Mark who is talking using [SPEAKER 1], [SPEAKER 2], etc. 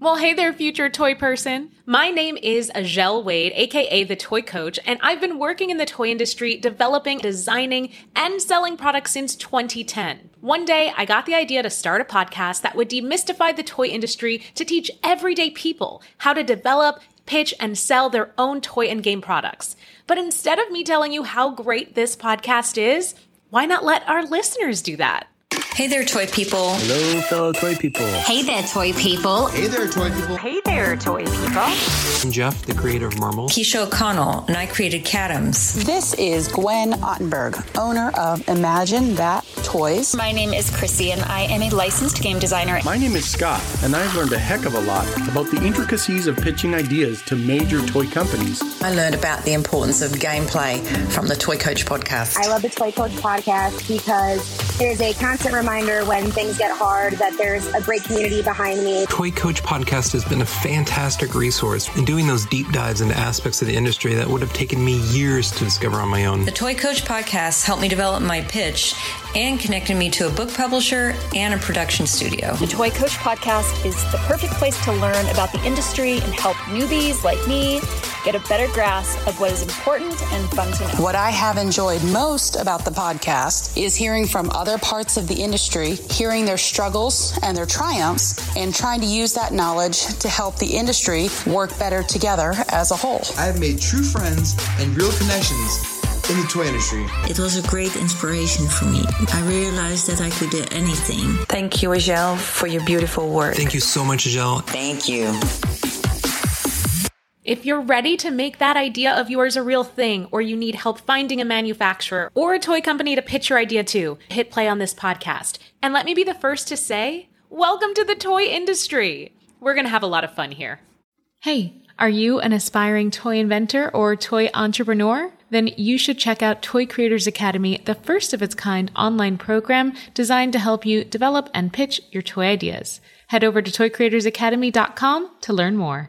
[SPEAKER 1] Well, hey there, future toy person.
[SPEAKER 2] My name is Agelle Wade, aka the Toy Coach, and I've been working in the toy industry, developing, designing, and selling products since 2010. One day, I got the idea to start a podcast that would demystify the toy industry to teach everyday people how to develop, pitch, and sell their own toy and game products. But instead of me telling you how great this podcast is, why not let our listeners do that?
[SPEAKER 3] Hey there, toy people.
[SPEAKER 4] Hello, fellow toy people.
[SPEAKER 5] Hey there, toy people.
[SPEAKER 6] Hey there, toy people.
[SPEAKER 7] Hey there, toy people.
[SPEAKER 8] I'm Jeff, the creator of Marvel.
[SPEAKER 3] Keisha O'Connell, and I created Cadams.
[SPEAKER 9] This is Gwen Ottenberg, owner of Imagine That Toys.
[SPEAKER 10] My name is Chrissy, and I am a licensed game designer.
[SPEAKER 11] My name is Scott, and I've learned a heck of a lot about the intricacies of pitching ideas to major toy companies.
[SPEAKER 12] I learned about the importance of gameplay from the Toy Coach podcast.
[SPEAKER 13] I love the Toy Coach podcast because there's a constant reminder when things get hard that there's a great community behind me.
[SPEAKER 8] Toy Coach podcast has been a fantastic resource in doing those deep dives into aspects of the industry that would have taken me years to discover on my own.
[SPEAKER 3] The Toy Coach podcast helped me develop my pitch and connected me to a book publisher and a production studio.
[SPEAKER 10] The Toy Coach podcast is the perfect place to learn about the industry and help newbies like me get a better grasp of what is important and fun to know.
[SPEAKER 9] What I have enjoyed most about the podcast is hearing from other parts of the industry, hearing their struggles and their triumphs, and trying to use that knowledge to help the industry work better together as a whole.
[SPEAKER 6] I have made true friends and real connections in the toy industry.
[SPEAKER 14] It was a great inspiration for me. I realized that I could do anything.
[SPEAKER 3] Thank you, Agel, for your beautiful work.
[SPEAKER 8] Thank you so much, Agel.
[SPEAKER 14] Thank you.
[SPEAKER 2] If you're ready to make that idea of yours a real thing, or you need help finding a manufacturer or a toy company to pitch your idea to, hit play on this podcast. And let me be the first to say, welcome to the toy industry. We're going to have a lot of fun here.
[SPEAKER 1] Hey, are you an aspiring toy inventor or toy entrepreneur? Then you should check out Toy Creators Academy, the first of its kind online program designed to help you develop and pitch your toy ideas. Head over to toycreatorsacademy.com to learn more.